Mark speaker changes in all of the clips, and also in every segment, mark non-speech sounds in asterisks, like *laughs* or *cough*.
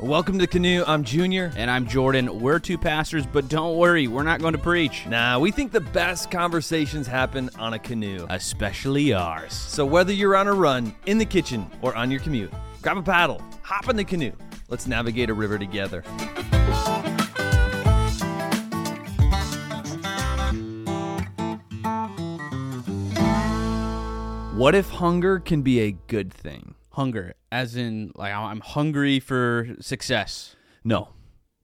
Speaker 1: Welcome to Canoe. I'm Junior.
Speaker 2: And I'm Jordan. We're two pastors, but don't worry, we're not going to preach,
Speaker 1: Nah, we think the best conversations happen on a canoe.
Speaker 2: especially ours.
Speaker 1: So whether you're on a run, in the kitchen, or on your commute, grab a paddle, hop in the canoe. Let's navigate a river together. What if hunger can be a good thing?
Speaker 2: Hunger, as in, like, I'm hungry for success.
Speaker 1: No.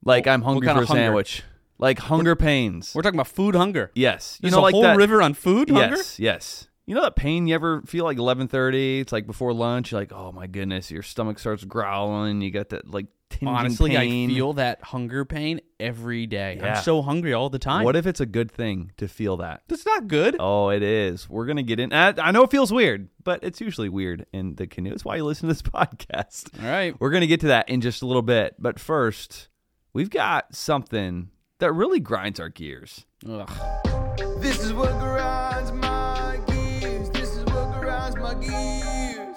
Speaker 1: Like I'm
Speaker 2: What
Speaker 1: hungry
Speaker 2: kind
Speaker 1: for a
Speaker 2: of hunger?
Speaker 1: sandwich. Like hunger pains.
Speaker 2: We're talking about food hunger.
Speaker 1: yes.
Speaker 2: There's a whole river on food hunger?
Speaker 1: Yes, yes. You know that pain you ever feel like eleven thirty? It's like before lunch. You're like, oh my goodness, your stomach starts growling. You got that like tingling
Speaker 2: Honestly,
Speaker 1: pain.
Speaker 2: I feel that hunger pain every day.
Speaker 1: Yeah.
Speaker 2: I'm so hungry all the time.
Speaker 1: What if it's a good thing to feel that?
Speaker 2: That's not good.
Speaker 1: Oh, it is. We're gonna get in. I, I know it feels weird, but it's usually weird in the canoe. That's why you listen to this *laughs* podcast.
Speaker 2: All right.
Speaker 1: We're gonna get to that in just a little bit, but first, we've got something that really grinds our gears. *laughs*
Speaker 2: Ugh.
Speaker 3: This is what grinds my gears. This is what grinds my gears.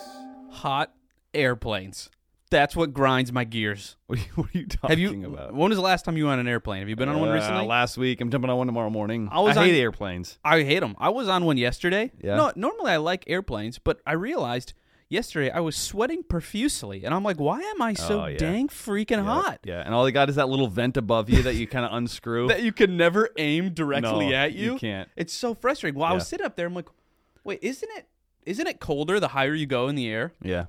Speaker 2: Hot airplanes. That's what grinds my gears.
Speaker 1: What are you, what are you talking
Speaker 2: Have you?
Speaker 1: about?
Speaker 2: When was the last time you were on an airplane? Have you been on one
Speaker 1: Uh,
Speaker 2: recently?
Speaker 1: Last week, I'm jumping on one tomorrow morning.
Speaker 2: I was
Speaker 1: I hate
Speaker 2: on-
Speaker 1: airplanes.
Speaker 2: I hate them. I was on one yesterday.
Speaker 1: Yeah?
Speaker 2: No, normally I like airplanes, but I realized yesterday I was sweating profusely, and I'm like, why am I so
Speaker 1: Oh, yeah.
Speaker 2: dang freaking hot?
Speaker 1: Yeah, and all they got is that little vent above you that you kind of unscrew.
Speaker 2: *laughs* That you can never aim directly
Speaker 1: No,
Speaker 2: at
Speaker 1: you
Speaker 2: you.
Speaker 1: can't.
Speaker 2: It's so frustrating. While I
Speaker 1: Yeah.
Speaker 2: was sitting up there, I'm like, wait, isn't it? Isn't it colder the higher you go in the air?
Speaker 1: yeah,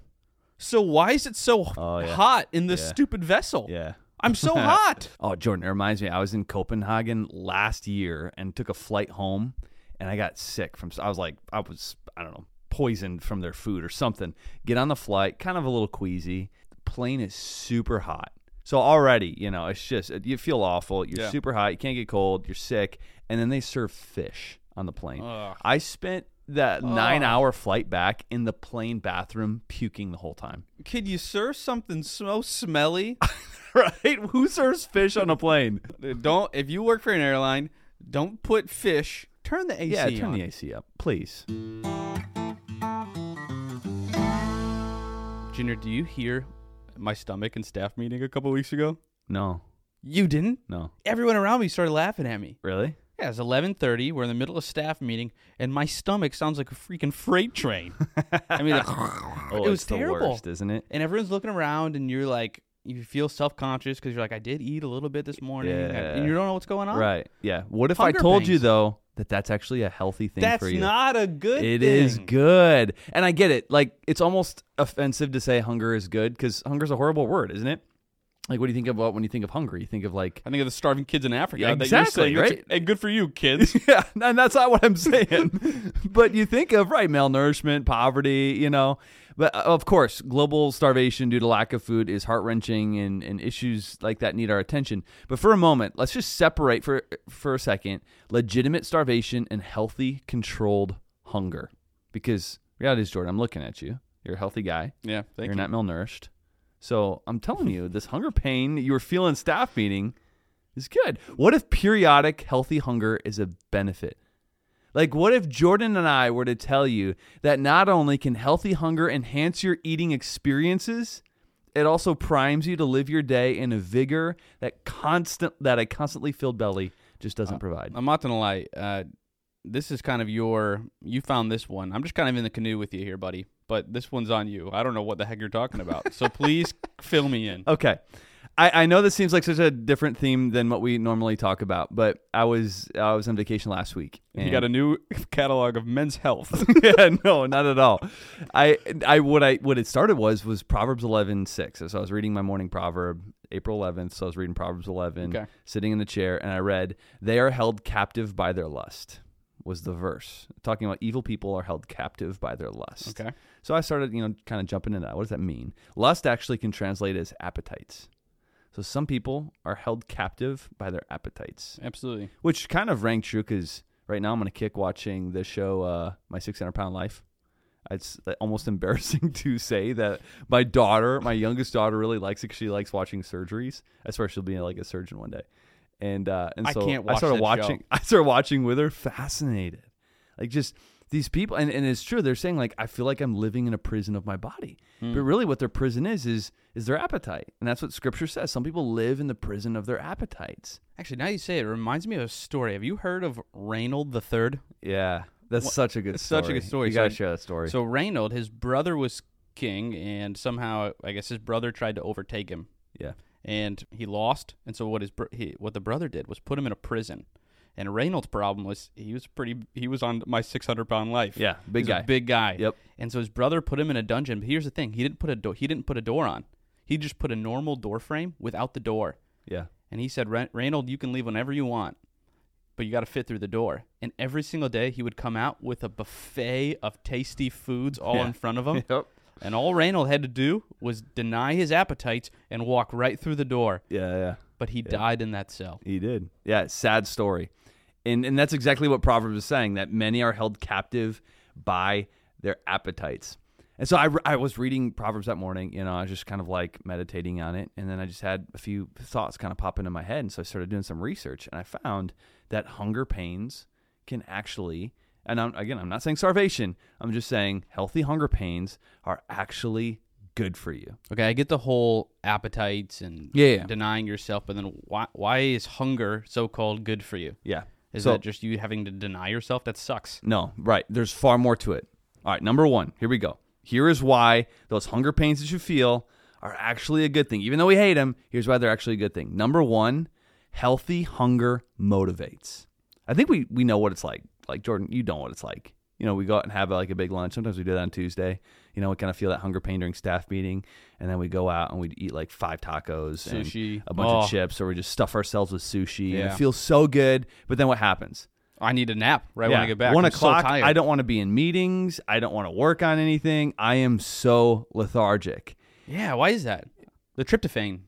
Speaker 2: So why is it so h-
Speaker 1: Oh, yeah.
Speaker 2: hot in this
Speaker 1: Yeah.
Speaker 2: stupid vessel?
Speaker 1: yeah. *laughs*
Speaker 2: I'm so hot.
Speaker 1: Oh, Jordan, it reminds me. I was in Copenhagen last year and took a flight home, and I got sick from. I was like, I was, I don't know, poisoned from their food or something. Get on the flight, kind of a little queasy. The plane is super hot, so already, you know, it's just uh, you feel awful. You're
Speaker 2: Yeah.
Speaker 1: super hot. You can't get cold. You're sick, and then they serve fish on the plane.
Speaker 2: Ugh.
Speaker 1: I spent that nine-hour flight back in the plane bathroom, puking the whole time.
Speaker 2: Could you serve something so smelly?
Speaker 1: *laughs* right? Who serves fish on a plane?
Speaker 2: don't. If you work for an airline, don't put fish. Turn the AC
Speaker 1: Yeah, turn
Speaker 2: on.
Speaker 1: the AC up, please.
Speaker 2: Junior, do you hear my stomach and staff meeting a couple weeks ago?
Speaker 1: No,
Speaker 2: You didn't.
Speaker 1: no,
Speaker 2: Everyone around me started laughing at me.
Speaker 1: really?
Speaker 2: Yeah, it's 11:30. We're in the middle of staff meeting, and my stomach sounds like a freaking freight *laughs* train. I mean,
Speaker 1: Oh,
Speaker 2: it was
Speaker 1: it's the
Speaker 2: terrible.
Speaker 1: worst, isn't it?
Speaker 2: and everyone's looking around, and you're like, you feel self-conscious because you're like, I did eat a little bit this morning,
Speaker 1: Yeah.
Speaker 2: and you don't know what's going on.
Speaker 1: Right? Yeah. What if I
Speaker 2: Hunger
Speaker 1: told you
Speaker 2: pains.
Speaker 1: though that that's actually a healthy thing
Speaker 2: That's
Speaker 1: for you?
Speaker 2: not a good.
Speaker 1: It
Speaker 2: thing.
Speaker 1: is good, and I get it. Like it's almost offensive to say hunger is good because hunger's a horrible word, isn't it? Like, what do you think about when you think of hunger? You think of like,
Speaker 2: I think of the starving kids in Africa.
Speaker 1: Yeah,
Speaker 2: that you're
Speaker 1: exactly,
Speaker 2: saying, that's-
Speaker 1: right?
Speaker 2: Hey, good for you, *laughs* kids.
Speaker 1: *laughs* yeah, and that's not what I'm saying. *laughs* but you think of right malnourishment, poverty, you know. But uh, of course, global starvation due to lack of food is heart wrenching, and, and issues like that need our attention. But for a moment, let's just separate for for a second legitimate starvation and healthy, controlled hunger, because reality is, Jordan, I'm looking at you. You're a healthy guy.
Speaker 2: yeah, thank
Speaker 1: You're not malnourished. So I'm telling you, this hunger pain that you were feeling in staff meeting is good. What if periodic healthy hunger is a benefit? Like, what if Jordan and I were to tell you that not only can healthy hunger enhance your eating experiences, it also primes you to live your day in a vigor that constant that a constantly filled belly just
Speaker 2: Uh,
Speaker 1: doesn't provide.
Speaker 2: I'm not gonna lie. Uh, this is kind of your. You found this one. I'm just kind of in the canoe with you here, buddy. But this one's on you. I don't know what the heck you're talking about. *laughs* So please fill me in.
Speaker 1: Okay. I, I know this seems like such a different theme than what we normally talk about, but I was I was on vacation last week.
Speaker 2: You got a new *laughs* catalog of Men's *laughs* Health.
Speaker 1: *laughs* yeah, no, not at all. I, I, what I, what it started was was Proverbs eleven six. So I was reading my morning proverb, April eleventh. So I was reading Proverbs eleven,
Speaker 2: Okay.
Speaker 1: sitting in the chair, and I read, "They are held captive by their lust." Was the verse talking about evil people are held captive by their lust?
Speaker 2: Okay.
Speaker 1: So I started, you know, kind of jumping into that. What does that mean? Lust actually can translate as appetites. So some people are held captive by their appetites
Speaker 2: Absolutely.
Speaker 1: which kind of rang true because right now I'm gonna kick watching the show uh, My 600 Pound Life. It's like, almost *laughs* embarrassing to say that my daughter, my youngest daughter, really likes it. 'cause She likes watching surgeries. I swear she'll be like a surgeon one day. And uh, and
Speaker 2: I
Speaker 1: so
Speaker 2: can't watch
Speaker 1: started *laughs*
Speaker 2: that
Speaker 1: watching. I started watching with her, fascinated, like just these people and, and it's true they're saying like i feel like i'm living in a prison of my body
Speaker 2: Hmm.
Speaker 1: but really what their prison is is is their appetite and that's what scripture says some people live in the prison of their appetites
Speaker 2: Actually, now you say it, it reminds me of a story. Have you heard of Reynold the Third?
Speaker 1: yeah that's such a good
Speaker 2: It's such a good story.
Speaker 1: you gotta
Speaker 2: So-
Speaker 1: share that story
Speaker 2: So Reynold, his brother was king, and somehow I guess his brother tried to overtake him,
Speaker 1: yeah
Speaker 2: and he lost. And so what his br- he, what the brother did was put him in a prison. And Reynold's problem was he was pretty he was on my six hundred pound life.
Speaker 1: Yeah, big
Speaker 2: He's a
Speaker 1: guy.
Speaker 2: big guy.
Speaker 1: Yep.
Speaker 2: And so his brother put him in a dungeon. But here's the thing: he didn't put a do- he didn't put a door on. He just put a normal door frame without the door. *laughs*
Speaker 1: yeah
Speaker 2: And he said, "Ren- Reynold, you can leave whenever you want, but you got to fit through the door. And every single day, he would come out with a buffet of tasty foods all
Speaker 1: Yeah.
Speaker 2: in front
Speaker 1: *laughs*
Speaker 2: of him.
Speaker 1: yep
Speaker 2: and all Reynold had to do was deny his appetites and walk right through the door.
Speaker 1: yeah yeah
Speaker 2: But he died in that cell.
Speaker 1: He did. Yeah, sad story. And and that's exactly what Proverbs is saying that many are held captive by their appetites. And so I, re- I was reading Proverbs that morning, you know, I was just kind of like meditating on it. And then I just had a few thoughts kind of pop into my head. And so I started doing some research and I found that hunger pains can actually, and I'm, again, I'm not saying starvation, I'm just saying healthy hunger pains are actually good for you.
Speaker 2: Okay, I get the whole appetites and
Speaker 1: Yeah, yeah.
Speaker 2: denying yourself, but then why why is hunger so called good for you?
Speaker 1: Yeah.
Speaker 2: Is
Speaker 1: So-
Speaker 2: that just you having to deny yourself? That sucks.
Speaker 1: No, right. There's far more to it. All right, number one, here we go. Here is why those hunger pains that you feel are actually a good thing. Even though we hate them, here's why they're actually a good thing. Number one, healthy hunger motivates. I think we we know what it's like. Like Jordan, you know what it's like. You know, we go out and have like a big lunch. Sometimes we do that on Tuesday. You know, we kind of feel that hunger pain during staff meeting, and then we go out and we eat like five tacos, and
Speaker 2: Sushi.
Speaker 1: a bunch
Speaker 2: Oh.
Speaker 1: of chips, or we just stuff ourselves with sushi, and
Speaker 2: Yeah.
Speaker 1: it feels so good. But then what happens?
Speaker 2: I need a nap right when I get back.
Speaker 1: One
Speaker 2: I'm so
Speaker 1: o'clock.
Speaker 2: tired.
Speaker 1: I don't want to be in meetings. I don't want to work on anything. I am so lethargic.
Speaker 2: Yeah, why is that? The tryptophan.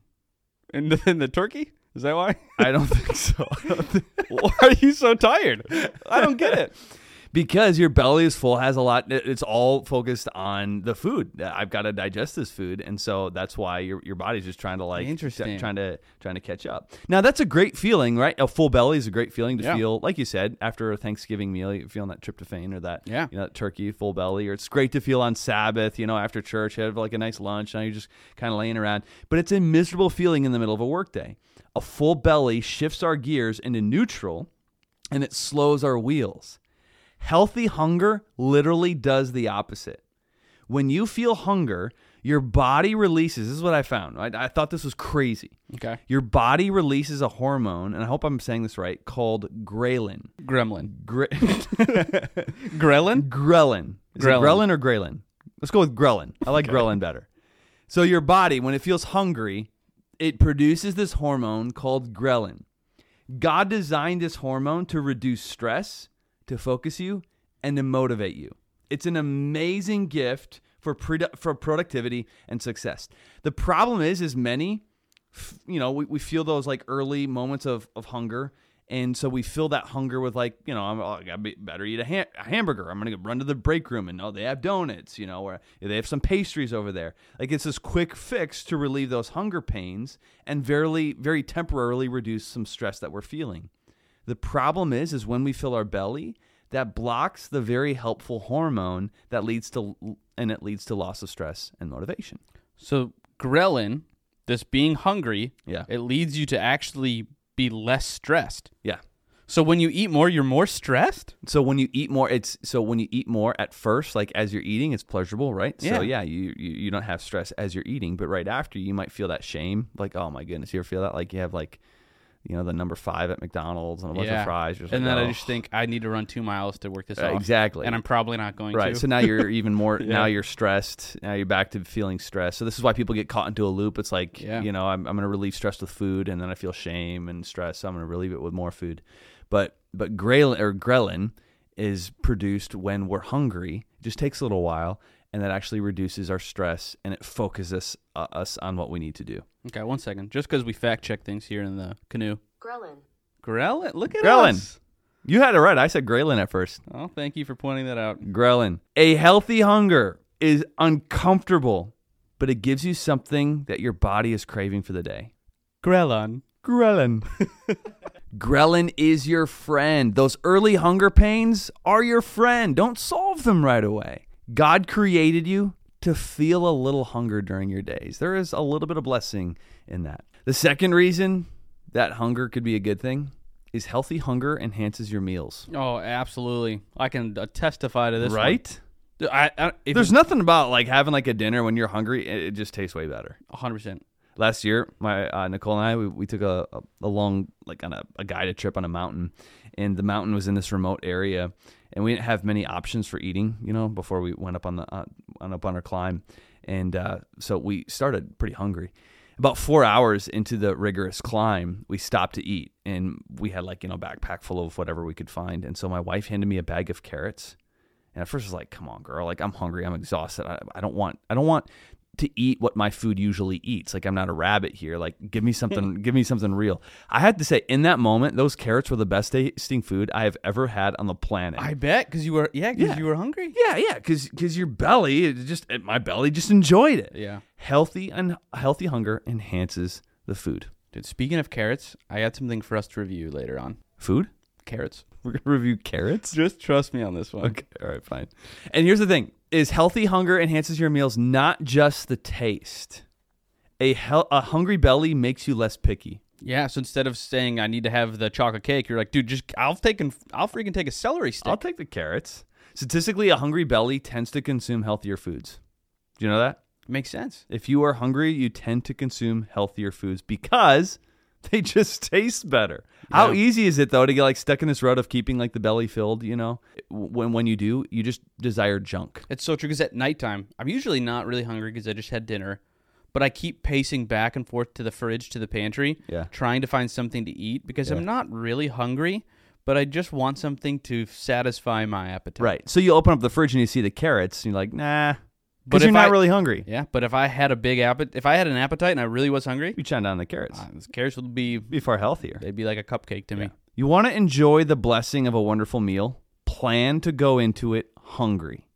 Speaker 2: And the, and the turkey? Is that *laughs* why?
Speaker 1: I don't *laughs* think so. I don't think-
Speaker 2: why are you so tired? *laughs* I don't get it.
Speaker 1: *laughs* because your belly is full, has a lot. it- It's all focused on the food. I've got to digest this food, and so that's why your your body's just trying to like
Speaker 2: Interesting.
Speaker 1: trying to trying to catch up. Now that's a great feeling, right? A full belly is a great feeling to
Speaker 2: Yeah.
Speaker 1: feel, like you said, after a Thanksgiving meal, you're feeling that tryptophan or that
Speaker 2: Yeah.
Speaker 1: you know, that turkey full belly, or it's great to feel on Sabbath, you know, after church, have like a nice lunch, now you're just kind of laying around. But it's a miserable feeling in the middle of a workday. A full belly shifts our gears into neutral, and it slows our wheels. Healthy hunger literally does the opposite. When you feel hunger, your body releases. This is what I found. I, I thought this was crazy.
Speaker 2: Okay.
Speaker 1: Your body releases a hormone, and I hope I'm saying this right, called ghrelin. *laughs*
Speaker 2: Gremlin.
Speaker 1: Gre-
Speaker 2: Gremlin?
Speaker 1: grelin. Is
Speaker 2: Ghrelin.
Speaker 1: it grelin or grelin? Let's go with grelin. I like grelin better. So your body, when it feels hungry, it produces this hormone called grelin. God designed this hormone to reduce stress, to focus you, and to motivate you. It's an amazing gift for produ- for productivity and success. The problem is, is many, f- you know, we, we feel those like early moments of of hunger, and so we fill that hunger with like, you know, I'm, oh, I gotta be, better eat a, ha- a hamburger. I'm gonna run to the break room, and oh, they have donuts, you know, or they have some pastries over there. Like it's this quick fix to relieve those hunger pains and very very temporarily reduce some stress that we're feeling. The problem is, is when we fill our belly, that blocks the very helpful hormone that leads to, and it leads to loss of stress and motivation.
Speaker 2: So, gremlin, this being hungry,
Speaker 1: Yeah.
Speaker 2: it leads you to actually be less stressed.
Speaker 1: Yeah.
Speaker 2: So, when you eat more, you're more stressed?
Speaker 1: So when you eat more, it's so when you eat more at first, like as you're eating, it's pleasurable, right?
Speaker 2: Yeah.
Speaker 1: So yeah, you, you you don't have stress as you're eating, but right after, you might feel that shame, like oh my goodness, you ever feel that? Like you have like, you know, the number five at McDonald's and a bunch of fries, you're just
Speaker 2: and
Speaker 1: like,
Speaker 2: then I
Speaker 1: "Oh."
Speaker 2: just think I need to run two miles to work this
Speaker 1: Uh,
Speaker 2: off.
Speaker 1: exactly.
Speaker 2: And I'm probably not going
Speaker 1: Right.
Speaker 2: to.
Speaker 1: So now you're even
Speaker 2: *laughs*
Speaker 1: more. Now you're stressed. Now you're back to feeling stressed. So this is why people get caught into a loop. It's like
Speaker 2: Yeah.
Speaker 1: you know, I'm, I'm going to relieve stress with food, and then I feel shame and stress. So I'm going to relieve it with more food. But but grelin or grelin is produced when we're hungry. It just takes a little while, and that actually reduces our stress and it focuses uh, us on what we need to do.
Speaker 2: okay, one second. Just because we fact check things here in the canoe.
Speaker 4: Grelin.
Speaker 2: Gremlin, look at
Speaker 1: Gremlin.
Speaker 2: us.
Speaker 1: You had it right. I said grelin at first.
Speaker 2: Oh, thank you for pointing that out.
Speaker 1: Ghrelin. A healthy hunger is uncomfortable, but it gives you something that your body is craving for the day.
Speaker 2: Gremlin.
Speaker 1: Ghrelin. *laughs* Ghrelin is your friend. Those early hunger pains are your friend. Don't solve them right away. God created you to feel a little hunger during your days. There is a little bit of blessing in that. The second reason that hunger could be a good thing is healthy hunger enhances your meals.
Speaker 2: Oh, absolutely. I can uh, testify to this. one.
Speaker 1: Right?
Speaker 2: I, I, if
Speaker 1: There's nothing about like having like a dinner when you're hungry. It, it just tastes way better.
Speaker 2: 100%.
Speaker 1: last year my uh, nicole and i we, we took a, a, a long like on a, a guided trip on a mountain and the mountain was in this remote area and we didn't have many options for eating you know before we went up on the uh, on up on our climb and uh, so we started pretty hungry about four hours into the rigorous climb we stopped to eat and we had like you know backpack full of whatever we could find and so my wife handed me a bag of carrots and at first, I was like, "Come on, girl! Like I'm hungry. I'm exhausted. I, I don't want. I don't want to eat what my food usually eats. Like I'm not a rabbit here. Like give me something. give me something real." I had to say, in that moment, those carrots were the best tasting food I have ever had on the planet.
Speaker 2: I bet because you were, yeah, because
Speaker 1: Yeah.
Speaker 2: you were hungry.
Speaker 1: yeah, yeah, because your belly, it just it- my belly just enjoyed it.
Speaker 2: Yeah.
Speaker 1: Healthy and healthy hunger enhances the food.
Speaker 2: Dude, speaking of carrots, I got something for us to review later on.
Speaker 1: Food.
Speaker 2: Carrots.
Speaker 1: We're gonna review carrots.
Speaker 2: Just trust me on this one.
Speaker 1: Okay, all right, fine. And here's the thing: is healthy hunger enhances your meals, not just the taste. A hel- a hungry belly makes you less picky.
Speaker 2: *laughs* Yeah, so instead of saying I need to have the chocolate cake, you're like, dude, just I'll take an, I'll freaking take a celery stick.
Speaker 1: I'll take the carrots. Statistically, a hungry belly tends to consume healthier foods. Do you know that?
Speaker 2: Makes sense.
Speaker 1: If you are hungry, you tend to consume healthier foods because *laughs* they just taste better. How
Speaker 2: Yeah.
Speaker 1: easy is it though to get like stuck in this rut of keeping like the belly filled? You know, when when you do, you just desire junk.
Speaker 2: It's so true because at nighttime, I'm usually not really hungry because I just had dinner, but I keep pacing back and forth to the fridge to the pantry,
Speaker 1: Yeah.
Speaker 2: trying to find something to eat because I'm not really hungry, but I just want something to satisfy my appetite.
Speaker 1: Right. So you open up the fridge and you see the carrots, and you're like, nah.
Speaker 2: But
Speaker 1: But you're
Speaker 2: if
Speaker 1: not
Speaker 2: I-
Speaker 1: really hungry.
Speaker 2: Yeah, but if I had a big appetite, if I had an appetite and I really was hungry,
Speaker 1: You chowing down on the carrots.
Speaker 2: uh, those carrots would be
Speaker 1: Be far healthier.
Speaker 2: they'd be like a cupcake to me.
Speaker 1: You want to enjoy the blessing of a wonderful meal? Plan to go into it hungry.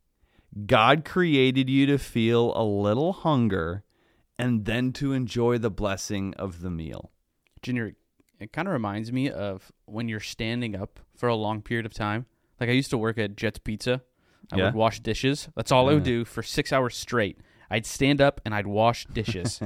Speaker 1: God created you to feel a little hunger and then to enjoy the blessing of the meal.
Speaker 2: Junior, it kind of reminds me of when you're standing up for a long period of time. Like I used to work at Jets Pizza. I
Speaker 1: Yeah. Uh-huh.
Speaker 2: would wash dishes. That's all I would do for six hours straight. I'd stand up and I'd wash
Speaker 1: *laughs*
Speaker 2: dishes.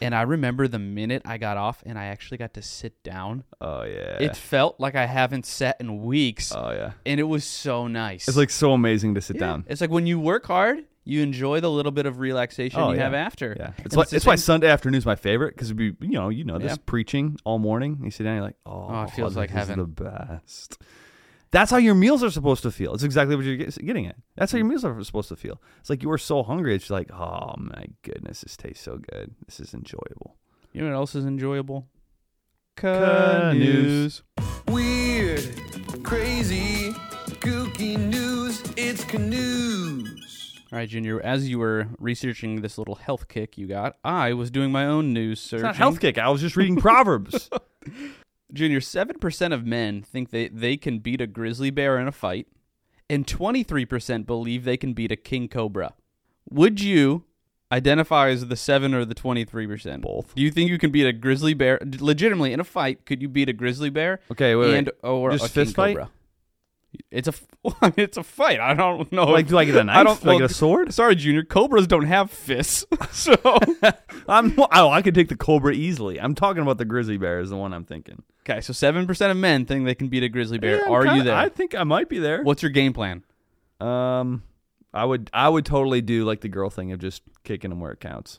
Speaker 2: and I remember the minute I got off and I actually got to sit down.
Speaker 1: Oh yeah.
Speaker 2: It felt like I haven't sat in weeks,
Speaker 1: oh yeah.
Speaker 2: and it was so nice.
Speaker 1: It's like so amazing to sit
Speaker 2: Yeah.
Speaker 1: down.
Speaker 2: It's like when you work hard, you enjoy the little bit of relaxation
Speaker 1: Oh,
Speaker 2: you
Speaker 1: yeah.
Speaker 2: have after.
Speaker 1: Yeah.
Speaker 2: And
Speaker 1: It's why,
Speaker 2: the
Speaker 1: it's why
Speaker 2: same-
Speaker 1: Sunday afternoon's my favorite because it'd be you know you know this
Speaker 2: Yeah.
Speaker 1: preaching all morning. You sit down, you're like, oh,
Speaker 2: it feels
Speaker 1: this
Speaker 2: like
Speaker 1: is
Speaker 2: heaven.
Speaker 1: The best. That's how your meals are supposed to feel. It's exactly what you're get- getting at. That's how your meals are supposed to feel. It's like you were so hungry. It's like, oh my goodness, this tastes so good. This is enjoyable.
Speaker 2: You know what else is enjoyable?
Speaker 1: Canoes.
Speaker 3: Weird, crazy, kooky news. It's canoes.
Speaker 2: All right, Junior. As you were researching this little health kick you got, I was doing my own news search.
Speaker 1: It's not health kick. I was just reading *laughs* Proverbs.
Speaker 2: Junior, seven percent of men think they they can beat a grizzly bear in a fight, and twenty three percent believe they can beat a king cobra. Would you identify as the seven or the twenty three percent?
Speaker 1: Both.
Speaker 2: Do you think you can beat a grizzly bear legitimately in a fight? Could you beat a grizzly bear
Speaker 1: Okay, wait. wait.
Speaker 2: and or
Speaker 1: Just
Speaker 2: a king
Speaker 1: fist fight?
Speaker 2: cobra? It's a f- *laughs* it's a fight. I don't know.
Speaker 1: like,
Speaker 2: if-
Speaker 1: do *laughs* I get a knife?
Speaker 2: I don't
Speaker 1: do I
Speaker 2: well,
Speaker 1: get a sword?
Speaker 2: Sorry, Junior. Cobras don't have fists, *laughs* so
Speaker 1: I'm, *laughs* oh, I could take the cobra easily. I'm talking about the grizzly bear is the one I'm thinking.
Speaker 2: okay. So seven percent of men think they can beat a grizzly bear.
Speaker 1: Yeah, I'm
Speaker 2: Are you
Speaker 1: kinda-
Speaker 2: there?
Speaker 1: I think I might be there.
Speaker 2: What's your game plan?
Speaker 1: Um, I would I would totally do like the girl thing of just kicking them where it counts.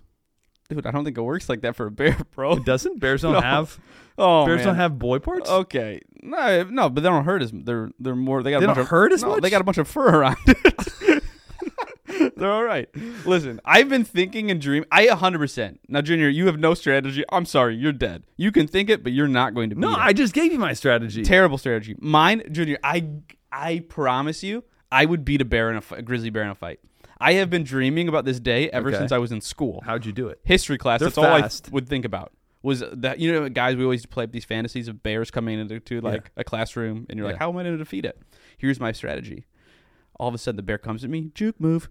Speaker 2: Dude, I don't think it works like that for a bear, *laughs* bro.
Speaker 1: Doesn't bears don't
Speaker 2: *laughs* No.
Speaker 1: have
Speaker 2: Oh
Speaker 1: bears
Speaker 2: man. Oh,
Speaker 1: don't have boy parts?
Speaker 2: Okay, no, no, but they don't hurt as they're they're more they got
Speaker 1: They
Speaker 2: a bunch
Speaker 1: don't
Speaker 2: of,
Speaker 1: hurt as
Speaker 2: no,
Speaker 1: much?
Speaker 2: They got a bunch of fur around it. *laughs* they're all right. Listen, I've been thinking and dream. I 100 percent now, Junior. You have no strategy. I'm sorry, you're dead. You can think it, but you're not going to.
Speaker 1: no,
Speaker 2: beat it.
Speaker 1: I just gave you my strategy.
Speaker 2: terrible strategy. Mine, Junior. I I promise you, I would beat a bear in a, fi- a grizzly bear in a fight. I have been dreaming about this day ever
Speaker 1: Okay.
Speaker 2: since I was in school
Speaker 1: How'd you do it?
Speaker 2: history class.
Speaker 1: They're
Speaker 2: that's all I
Speaker 1: fast.
Speaker 2: th- would think about. Was that you know, guys? We always play up these fantasies of bears coming into to, like a classroom, and you're like,
Speaker 1: Yeah.
Speaker 2: "How am I going to defeat it?" Here's my strategy. All of a sudden, the bear comes at me. Juke move.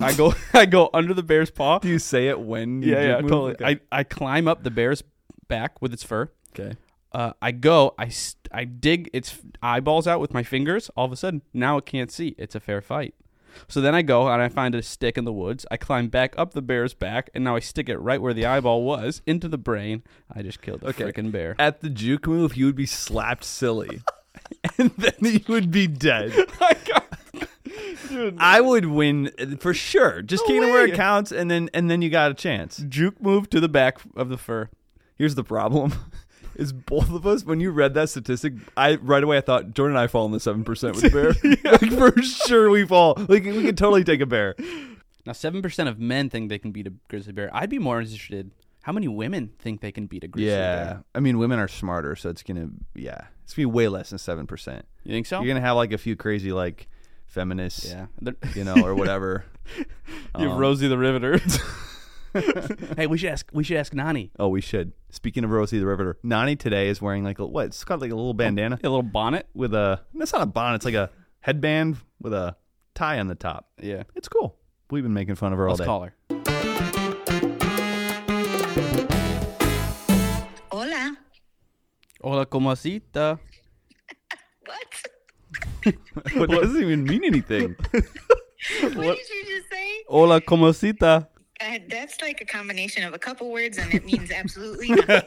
Speaker 2: I go, *laughs* I go under the bear's paw.
Speaker 1: Do you say it when?
Speaker 2: yeah,
Speaker 1: you
Speaker 2: yeah,
Speaker 1: move?
Speaker 2: totally.
Speaker 1: Okay.
Speaker 2: I, I climb up the bear's back with its fur.
Speaker 1: okay.
Speaker 2: Uh, I go, I, s- I dig its eyeballs out with my fingers. All of a sudden, now it can't see. It's a fair fight. So then I go and I find a stick in the woods. I climb back up the bear's back, and now I stick it right where the eyeball was into the brain. I just killed a
Speaker 1: Okay.
Speaker 2: freaking
Speaker 1: *laughs*
Speaker 2: bear.
Speaker 1: At the juke move, you would be slapped silly, *laughs* and then you would be
Speaker 2: *laughs*
Speaker 1: dead.
Speaker 2: I got-
Speaker 1: I would win uh, for sure. Just
Speaker 2: No
Speaker 1: kicking where it
Speaker 2: way.
Speaker 1: counts, and then and then you got a chance.
Speaker 2: Juke moved to the back of the fur.
Speaker 1: Here's the problem: *laughs* is both of us when you read that statistic, I right away I thought Jordan and I fall in the seven percent with *laughs* bear. Like for sure we fall. Like we could totally take a bear.
Speaker 2: Now, 7% of men think they can beat a grizzly bear. I'd be more interested how many women think they can beat a grizzly
Speaker 1: Yeah,
Speaker 2: bear.
Speaker 1: I mean women are smarter, so it's gonna yeah, it's gonna be way less than seven percent.
Speaker 2: You think so?
Speaker 1: You're gonna have like a few crazy like feminists,
Speaker 2: yeah. They're-
Speaker 1: you know, or whatever.
Speaker 2: *laughs* You have
Speaker 1: Um,
Speaker 2: Rosie the Riveter. *laughs* hey, we should ask. We should ask Nani.
Speaker 1: *laughs* Oh, we should. Speaking of Rosie the Riveter, Nani today is wearing like a, what? It's got like a little bandana
Speaker 2: A little bonnet.
Speaker 1: with a. It's not a bonnet. It's like a headband with a tie on the top.
Speaker 2: Yeah.
Speaker 1: It's cool. We've been making fun of her all
Speaker 2: Let's
Speaker 1: day.
Speaker 2: call her.
Speaker 4: Hola.
Speaker 2: Hola, comacita.
Speaker 4: What?
Speaker 1: *laughs* But it doesn't even mean anything.
Speaker 4: What, did you just say?
Speaker 2: Hola, comacita.
Speaker 4: Uh, that's like a combination of a couple words, and it means *laughs* absolutely nothing.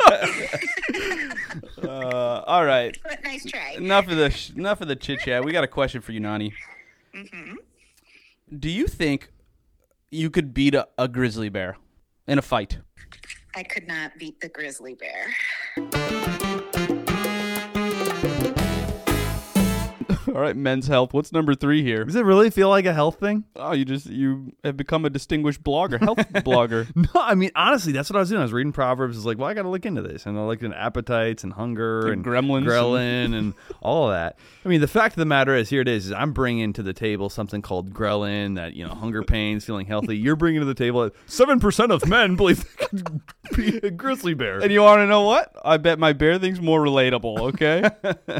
Speaker 2: Uh, all right.
Speaker 4: but nice try.
Speaker 2: Enough of the sh- enough of the chit chat. We got a question for you, Nani. Do you think you could beat a, a grizzly bear in a fight?
Speaker 4: I could not beat the grizzly bear.
Speaker 2: *laughs* All right, men's health. What's number three
Speaker 1: *laughs*
Speaker 2: here?
Speaker 1: Does it really feel like a health thing? *laughs*
Speaker 2: Oh, you just you have become a distinguished blogger, *laughs* health blogger.
Speaker 1: No, I mean honestly, that's what I was doing. I was reading Proverbs. It's like, well, I got to look into this, and I looked into appetites and hunger and,
Speaker 2: And gremlins
Speaker 1: *laughs*
Speaker 2: and-
Speaker 1: gremlin, and, all that. I mean, the fact of the matter is, here it is: is I'm bringing to the table something called gremlin that you know, hunger pains, feeling healthy. You're bringing to the table seven percent of men believe they could be a grizzly bear.
Speaker 2: And you want to know what? I bet my bear thing's more relatable, okay? *laughs*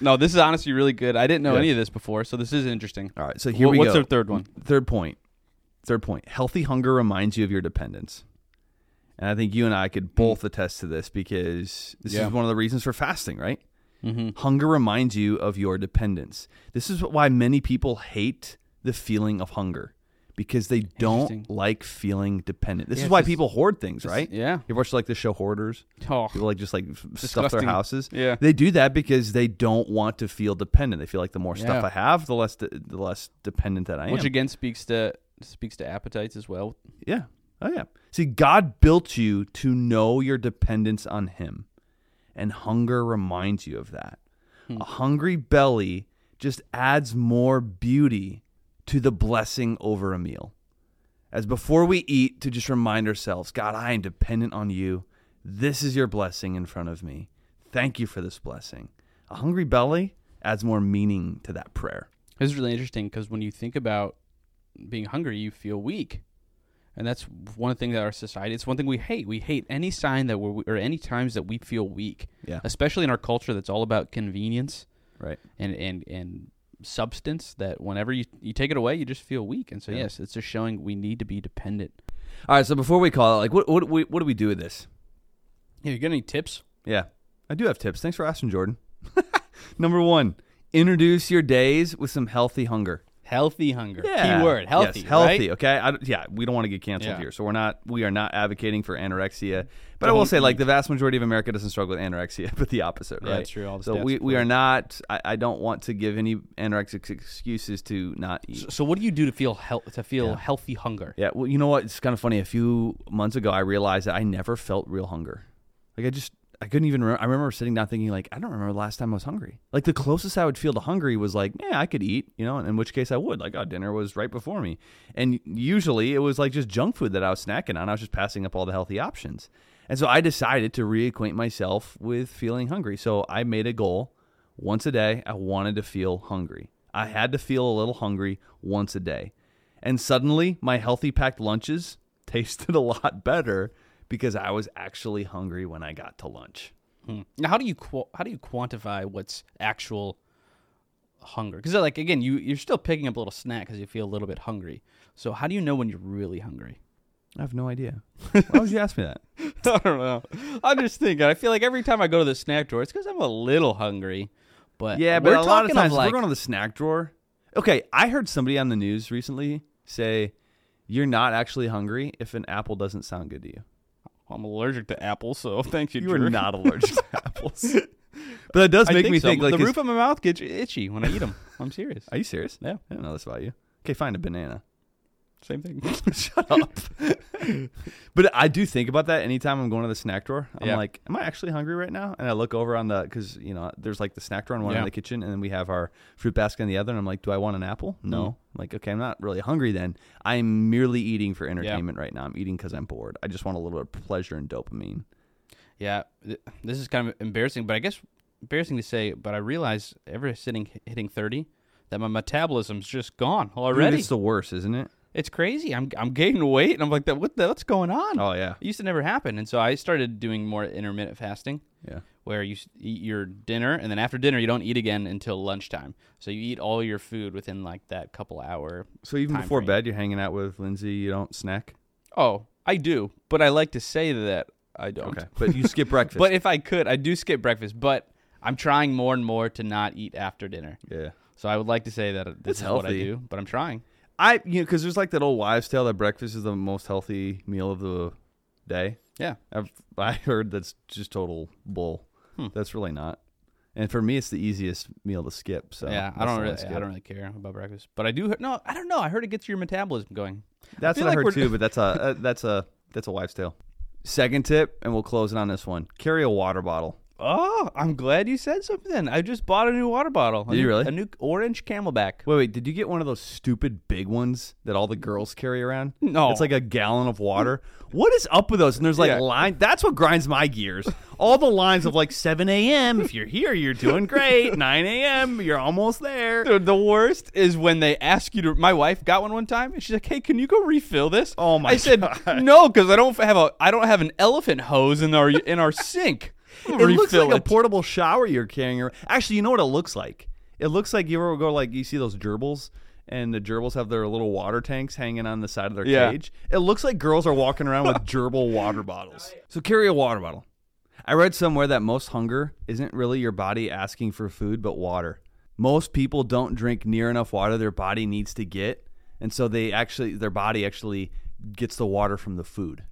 Speaker 2: no, this is honestly really good. I didn't know
Speaker 1: Yeah.
Speaker 2: any of this before, so this is interesting.
Speaker 1: all right, so here
Speaker 2: Wh-
Speaker 1: we
Speaker 2: what's
Speaker 1: go.
Speaker 2: our third one?
Speaker 1: Third point. Third point. Healthy hunger reminds you of your dependence. And I think you and I could both attest to this because this
Speaker 2: Hmm. Yeah. Mm-hmm.
Speaker 1: is one of the reasons for fasting, right? Hunger reminds you of your dependence. This is why many people hate the feeling of hunger because they don't
Speaker 2: Interesting.
Speaker 1: like feeling dependent. This
Speaker 2: Yeah,
Speaker 1: is
Speaker 2: it's
Speaker 1: why
Speaker 2: just-
Speaker 1: people hoard things, right?
Speaker 2: yeah.
Speaker 1: You watch like the show Hoarders?
Speaker 2: Oh,
Speaker 1: People like just like f- stuff their
Speaker 2: Disgusting.
Speaker 1: houses.
Speaker 2: Yeah.
Speaker 1: they do that because they don't want to feel dependent. They feel like the more stuff
Speaker 2: Yeah.
Speaker 1: I have, the less de- the less dependent that I am.
Speaker 2: which again speaks to speaks to appetites as well.
Speaker 1: Yeah. Oh, yeah. See, God built you to know your dependence on Him, and hunger reminds you of that. A hungry belly just adds more beauty to the blessing over a meal. As before we eat, to just remind ourselves, God, I am dependent on you. This is your blessing in front of me. Thank you for this blessing. A hungry belly adds more meaning to that prayer.
Speaker 2: This is really interesting because when you think about being hungry, you feel weak, and that's one thing that our society. It's one thing we hate. We hate any sign that we're or any times that we feel weak.
Speaker 1: Yeah.
Speaker 2: especially in our culture that's all about convenience.
Speaker 1: Right.
Speaker 2: and and and substance that whenever you you take it away you just feel weak and so yes it's just showing we need to be dependent
Speaker 1: All right. So before we call it, like, what what what do we do with this?
Speaker 2: yeah you got any tips
Speaker 1: Yeah. I do have tips. Thanks for asking, Jordan. *laughs* Number one, introduce your days with some healthy hunger.
Speaker 2: healthy hunger
Speaker 1: Yeah.
Speaker 2: keyword
Speaker 1: Yes,
Speaker 2: healthy
Speaker 1: healthy.
Speaker 2: right?
Speaker 1: Okay. I, don't- yeah. We don't want to get canceled
Speaker 2: Yeah.
Speaker 1: here, so we're not. We are not advocating for anorexia. But I will say, like, the vast majority of America doesn't struggle with anorexia, *laughs* but the opposite,
Speaker 2: Yeah,
Speaker 1: right?
Speaker 2: it's true. All the
Speaker 1: so we,
Speaker 2: stats
Speaker 1: we
Speaker 2: support
Speaker 1: are
Speaker 2: it.
Speaker 1: not. I, I don't want to give any anorexic excuses to not eat.
Speaker 2: so what do you do to feel health to feel healthy hunger
Speaker 1: Yeah, well, you know what? It's kind of funny. A few months ago, I realized that I never felt real hunger. Like I just, I couldn't even. Remember. I remember sitting down thinking, like, I don't remember the last time I was hungry. Like the closest I would feel to hungry was like, yeah, I could eat, you know, in which case I would. Like, oh, dinner was right before me, and usually it was like just junk food that I was snacking on. I was just passing up all the healthy options, and so I decided to reacquaint myself with feeling hungry. So I made a goal once a day. I wanted to feel hungry. I had to feel a little hungry once a day. And suddenly, my healthy packed lunches *laughs* tasted a lot better because I was actually hungry when I got to lunch.
Speaker 2: now how do you qu- how do you quantify what's actual hunger because like again you you're still picking up a little snack because you feel a little bit hungry *laughs* so how do you know when you're really hungry
Speaker 1: I have no idea. Why would you ask
Speaker 2: *laughs*
Speaker 1: me that?
Speaker 2: I don't know. I'm just thinking. I feel like every time I go to the snack drawer, it's because I'm a little hungry. But
Speaker 1: Yeah, but
Speaker 2: we're
Speaker 1: a lot of
Speaker 2: talking
Speaker 1: times
Speaker 2: like,
Speaker 1: we're going to the snack drawer. Okay, I heard somebody on the news recently say, "You're not actually hungry if an apple doesn't sound good to you.
Speaker 2: I'm allergic to apples, so *laughs* thank you.
Speaker 1: You are
Speaker 2: jerk."
Speaker 1: *laughs* not allergic to apples." But that does
Speaker 2: I
Speaker 1: make
Speaker 2: think
Speaker 1: me
Speaker 2: so.
Speaker 1: think. Like,
Speaker 2: the
Speaker 1: is-
Speaker 2: roof of my mouth gets itchy when I eat them. I'm serious.
Speaker 1: are you serious?
Speaker 2: Yeah.
Speaker 1: *laughs* I don't know this about you. Okay, find a banana.
Speaker 2: Same thing.
Speaker 1: *laughs* Shut up. but I do think about that anytime I'm going to the snack drawer. I'm
Speaker 2: Yeah.
Speaker 1: like, am I actually hungry right now? And I look over on the because you know there's like the snack drawer on one
Speaker 2: Yeah.
Speaker 1: in the kitchen, and then we have our fruit basket in the other. And I'm like, do I want an apple? No.
Speaker 2: Mm.
Speaker 1: I'm like, okay, I'm not really hungry then. I'm merely eating for entertainment right now. I'm eating because I'm bored. I just want a little bit of pleasure and dopamine.
Speaker 2: yeah, th- this is kind of embarrassing, but I guess embarrassing to say. But I realize ever sitting hitting 30, that my metabolism's just gone
Speaker 1: Dude,
Speaker 2: already.
Speaker 1: it's the worst, isn't it?
Speaker 2: it's crazy. I'm I'm gaining weight, and I'm like, that. What the, what's going on?
Speaker 1: Oh yeah,
Speaker 2: It used to never happen, and so I started doing more intermittent fasting.
Speaker 1: yeah.
Speaker 2: where you s- eat your dinner and then after dinner you don't eat again until lunchtime. So you eat all your food within like that couple hour.
Speaker 1: So even
Speaker 2: Time
Speaker 1: before
Speaker 2: frame.
Speaker 1: bed, you're hanging out with Lindsay. You don't snack.
Speaker 2: Oh, I do, but I like to say that I don't.
Speaker 1: Okay, but you skip breakfast.
Speaker 2: But if I could, I do skip breakfast, but I'm trying more and more to not eat after dinner.
Speaker 1: yeah.
Speaker 2: So I would like to say that this
Speaker 1: That's
Speaker 2: is what I
Speaker 1: healthy.
Speaker 2: do, but I'm trying.
Speaker 1: I you know because there's like that old wives' tale that breakfast is the most healthy meal of the day.
Speaker 2: Yeah.
Speaker 1: I've *laughs* I heard that's just total bull.
Speaker 2: Hmm.
Speaker 1: That's really not. And for me, it's the easiest meal to skip. So
Speaker 2: yeah, I
Speaker 1: that's the
Speaker 2: don't
Speaker 1: one
Speaker 2: really
Speaker 1: skip.
Speaker 2: I don't really care about breakfast, but I do no, I don't know. I heard it gets your metabolism going.
Speaker 1: That's
Speaker 2: feel
Speaker 1: what I
Speaker 2: like
Speaker 1: heard
Speaker 2: *laughs* we're-
Speaker 1: too. But that's a uh, that's a that's a wives' tale. Second tip, and we'll close it on this one: carry a water bottle.
Speaker 2: Oh, I'm glad you said something. I just bought a new water bottle.
Speaker 1: Did you really?
Speaker 2: A new orange Camelback.
Speaker 1: Wait, wait, did you get one of those stupid big ones that all the girls carry around?
Speaker 2: No.
Speaker 1: It's like a gallon of water. What is up with those? And there's like
Speaker 2: Yeah.
Speaker 1: line that's what grinds my gears. All the lines of like seven AM, if you're here, you're doing
Speaker 2: *laughs*
Speaker 1: great. Nine AM, you're almost there.
Speaker 2: Dude, the worst is when they ask you to. My wife got one one time, and she's like, "Hey, can you go refill this?"
Speaker 1: Oh my
Speaker 2: I said,
Speaker 1: God.
Speaker 2: "No, because I don't have a I don't have an elephant hose in our in our *laughs* sink."
Speaker 1: It looks like a portable shower you're carrying around. Actually, you know what it looks like? It looks like you ever go like you see those gerbils and the gerbils have their little water tanks hanging on the side of their
Speaker 2: Yeah.
Speaker 1: cage. It looks like girls are walking around with gerbil water bottles. So carry a water bottle. I read somewhere that most hunger isn't really your body asking for food but water. Most people don't drink near enough water their body needs to get, and so they actually their body actually gets the water from the food.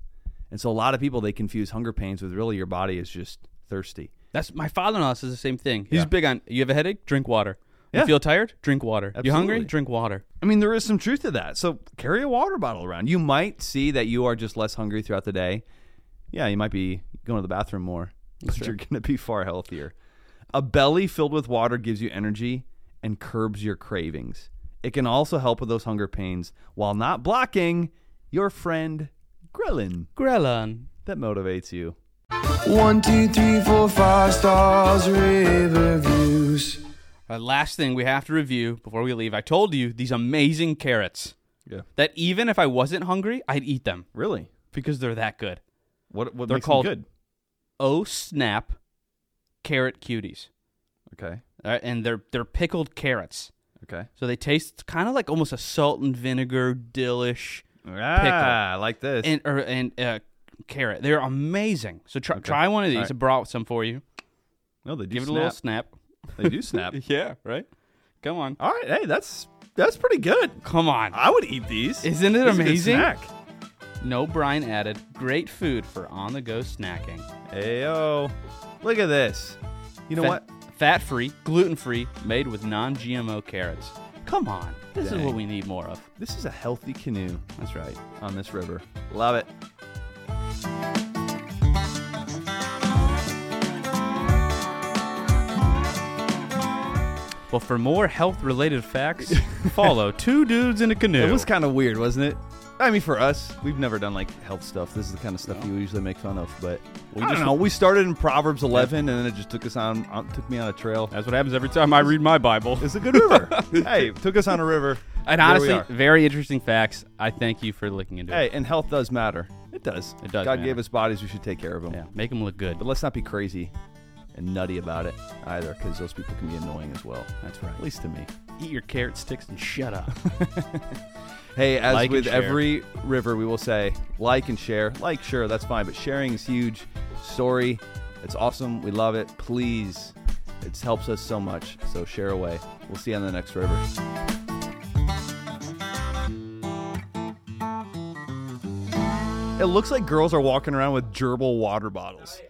Speaker 1: And so a lot of people they confuse hunger pains with really your body is just thirsty.
Speaker 2: That's my father-in-law says the same thing. He's
Speaker 1: Yeah.
Speaker 2: big on. You have a headache? Drink water.
Speaker 1: Yeah.
Speaker 2: You feel tired? Drink water. You hungry?
Speaker 1: Absolutely.
Speaker 2: Drink water.
Speaker 1: I mean, there is some truth to that. So carry a water bottle around. You might see that you are just less hungry throughout the day. Yeah, you might be going to the bathroom more, *laughs* but you're going to be far healthier. A belly filled with water gives you energy and curbs your cravings. It can also help with those hunger pains while not blocking your friend ghrelin
Speaker 2: Grelon.
Speaker 1: that motivates you.
Speaker 3: One, two, three, four, five stars, river views.
Speaker 2: Our Uh, last thing we have to review before we leave. I told you these amazing carrots.
Speaker 1: Yeah.
Speaker 2: That even if I wasn't hungry, I'd eat them
Speaker 1: Really?
Speaker 2: because they're that good.
Speaker 1: What? What
Speaker 2: They're
Speaker 1: makes them
Speaker 2: called-
Speaker 1: good?
Speaker 2: Oh snap, carrot cuties.
Speaker 1: Okay.
Speaker 2: All right, and they're they're pickled carrots.
Speaker 1: Okay.
Speaker 2: So they taste kind of like almost a salt and vinegar dillish
Speaker 1: Ah, I like this.
Speaker 2: and or, and uh, carrot. They're amazing. So try
Speaker 1: Okay.
Speaker 2: try one of these.
Speaker 1: All right.
Speaker 2: I brought some for you.
Speaker 1: no, they do
Speaker 2: Give it
Speaker 1: snap.
Speaker 2: a little snap.
Speaker 1: They *laughs* do snap.
Speaker 2: *laughs* Yeah, right. Come on,
Speaker 1: All right. Hey, that's that's pretty good.
Speaker 2: come on.
Speaker 1: I would eat these.
Speaker 2: Isn't it
Speaker 1: These are good
Speaker 2: amazing?
Speaker 1: snack.
Speaker 2: No brine added. Great food for on the go snacking.
Speaker 1: Ayo. Look at this. You know what?
Speaker 2: Fat free, gluten free, made with non GMO carrots. Come on, this is what
Speaker 1: Dang.
Speaker 2: we need more of.
Speaker 1: This is a healthy canoe
Speaker 2: That's right.
Speaker 1: on this river. Love it.
Speaker 2: Well, for more health related
Speaker 1: *laughs*
Speaker 2: facts, follow Two Dudes in a Canoe.
Speaker 1: It was kind of weird, wasn't it? I mean, for us, we've never done like health stuff. This is the kind of stuff you usually make fun of, but we
Speaker 2: I
Speaker 1: just
Speaker 2: don't
Speaker 1: know. We started in Proverbs 11, and then it just took us on, on took me on a trail.
Speaker 2: That's what happens every time I read my Bible.
Speaker 1: *laughs* It's a good
Speaker 2: *laughs*
Speaker 1: river. hey, took us on a river.
Speaker 2: And
Speaker 1: Here we
Speaker 2: honestly,
Speaker 1: are.
Speaker 2: very interesting facts. I thank you for looking into
Speaker 1: hey,
Speaker 2: it.
Speaker 1: and health does matter. It does.
Speaker 2: It does
Speaker 1: God
Speaker 2: matter.
Speaker 1: gave us bodies; we should take care of them.
Speaker 2: Yeah, make them look good.
Speaker 1: But let's not be crazy. and nutty about it either, because those people can be annoying as well.
Speaker 2: That's right.
Speaker 1: At least to me.
Speaker 2: Eat your carrot sticks and shut up.
Speaker 1: Hey, as
Speaker 2: Like and
Speaker 1: with
Speaker 2: share.
Speaker 1: every river, we will say like and share. Like, sure, that's fine, but sharing is huge. Story, it's awesome. We love it. Please, it helps us so much. So share away. We'll see you on the next river. It looks like girls are walking around with gerbil water bottles.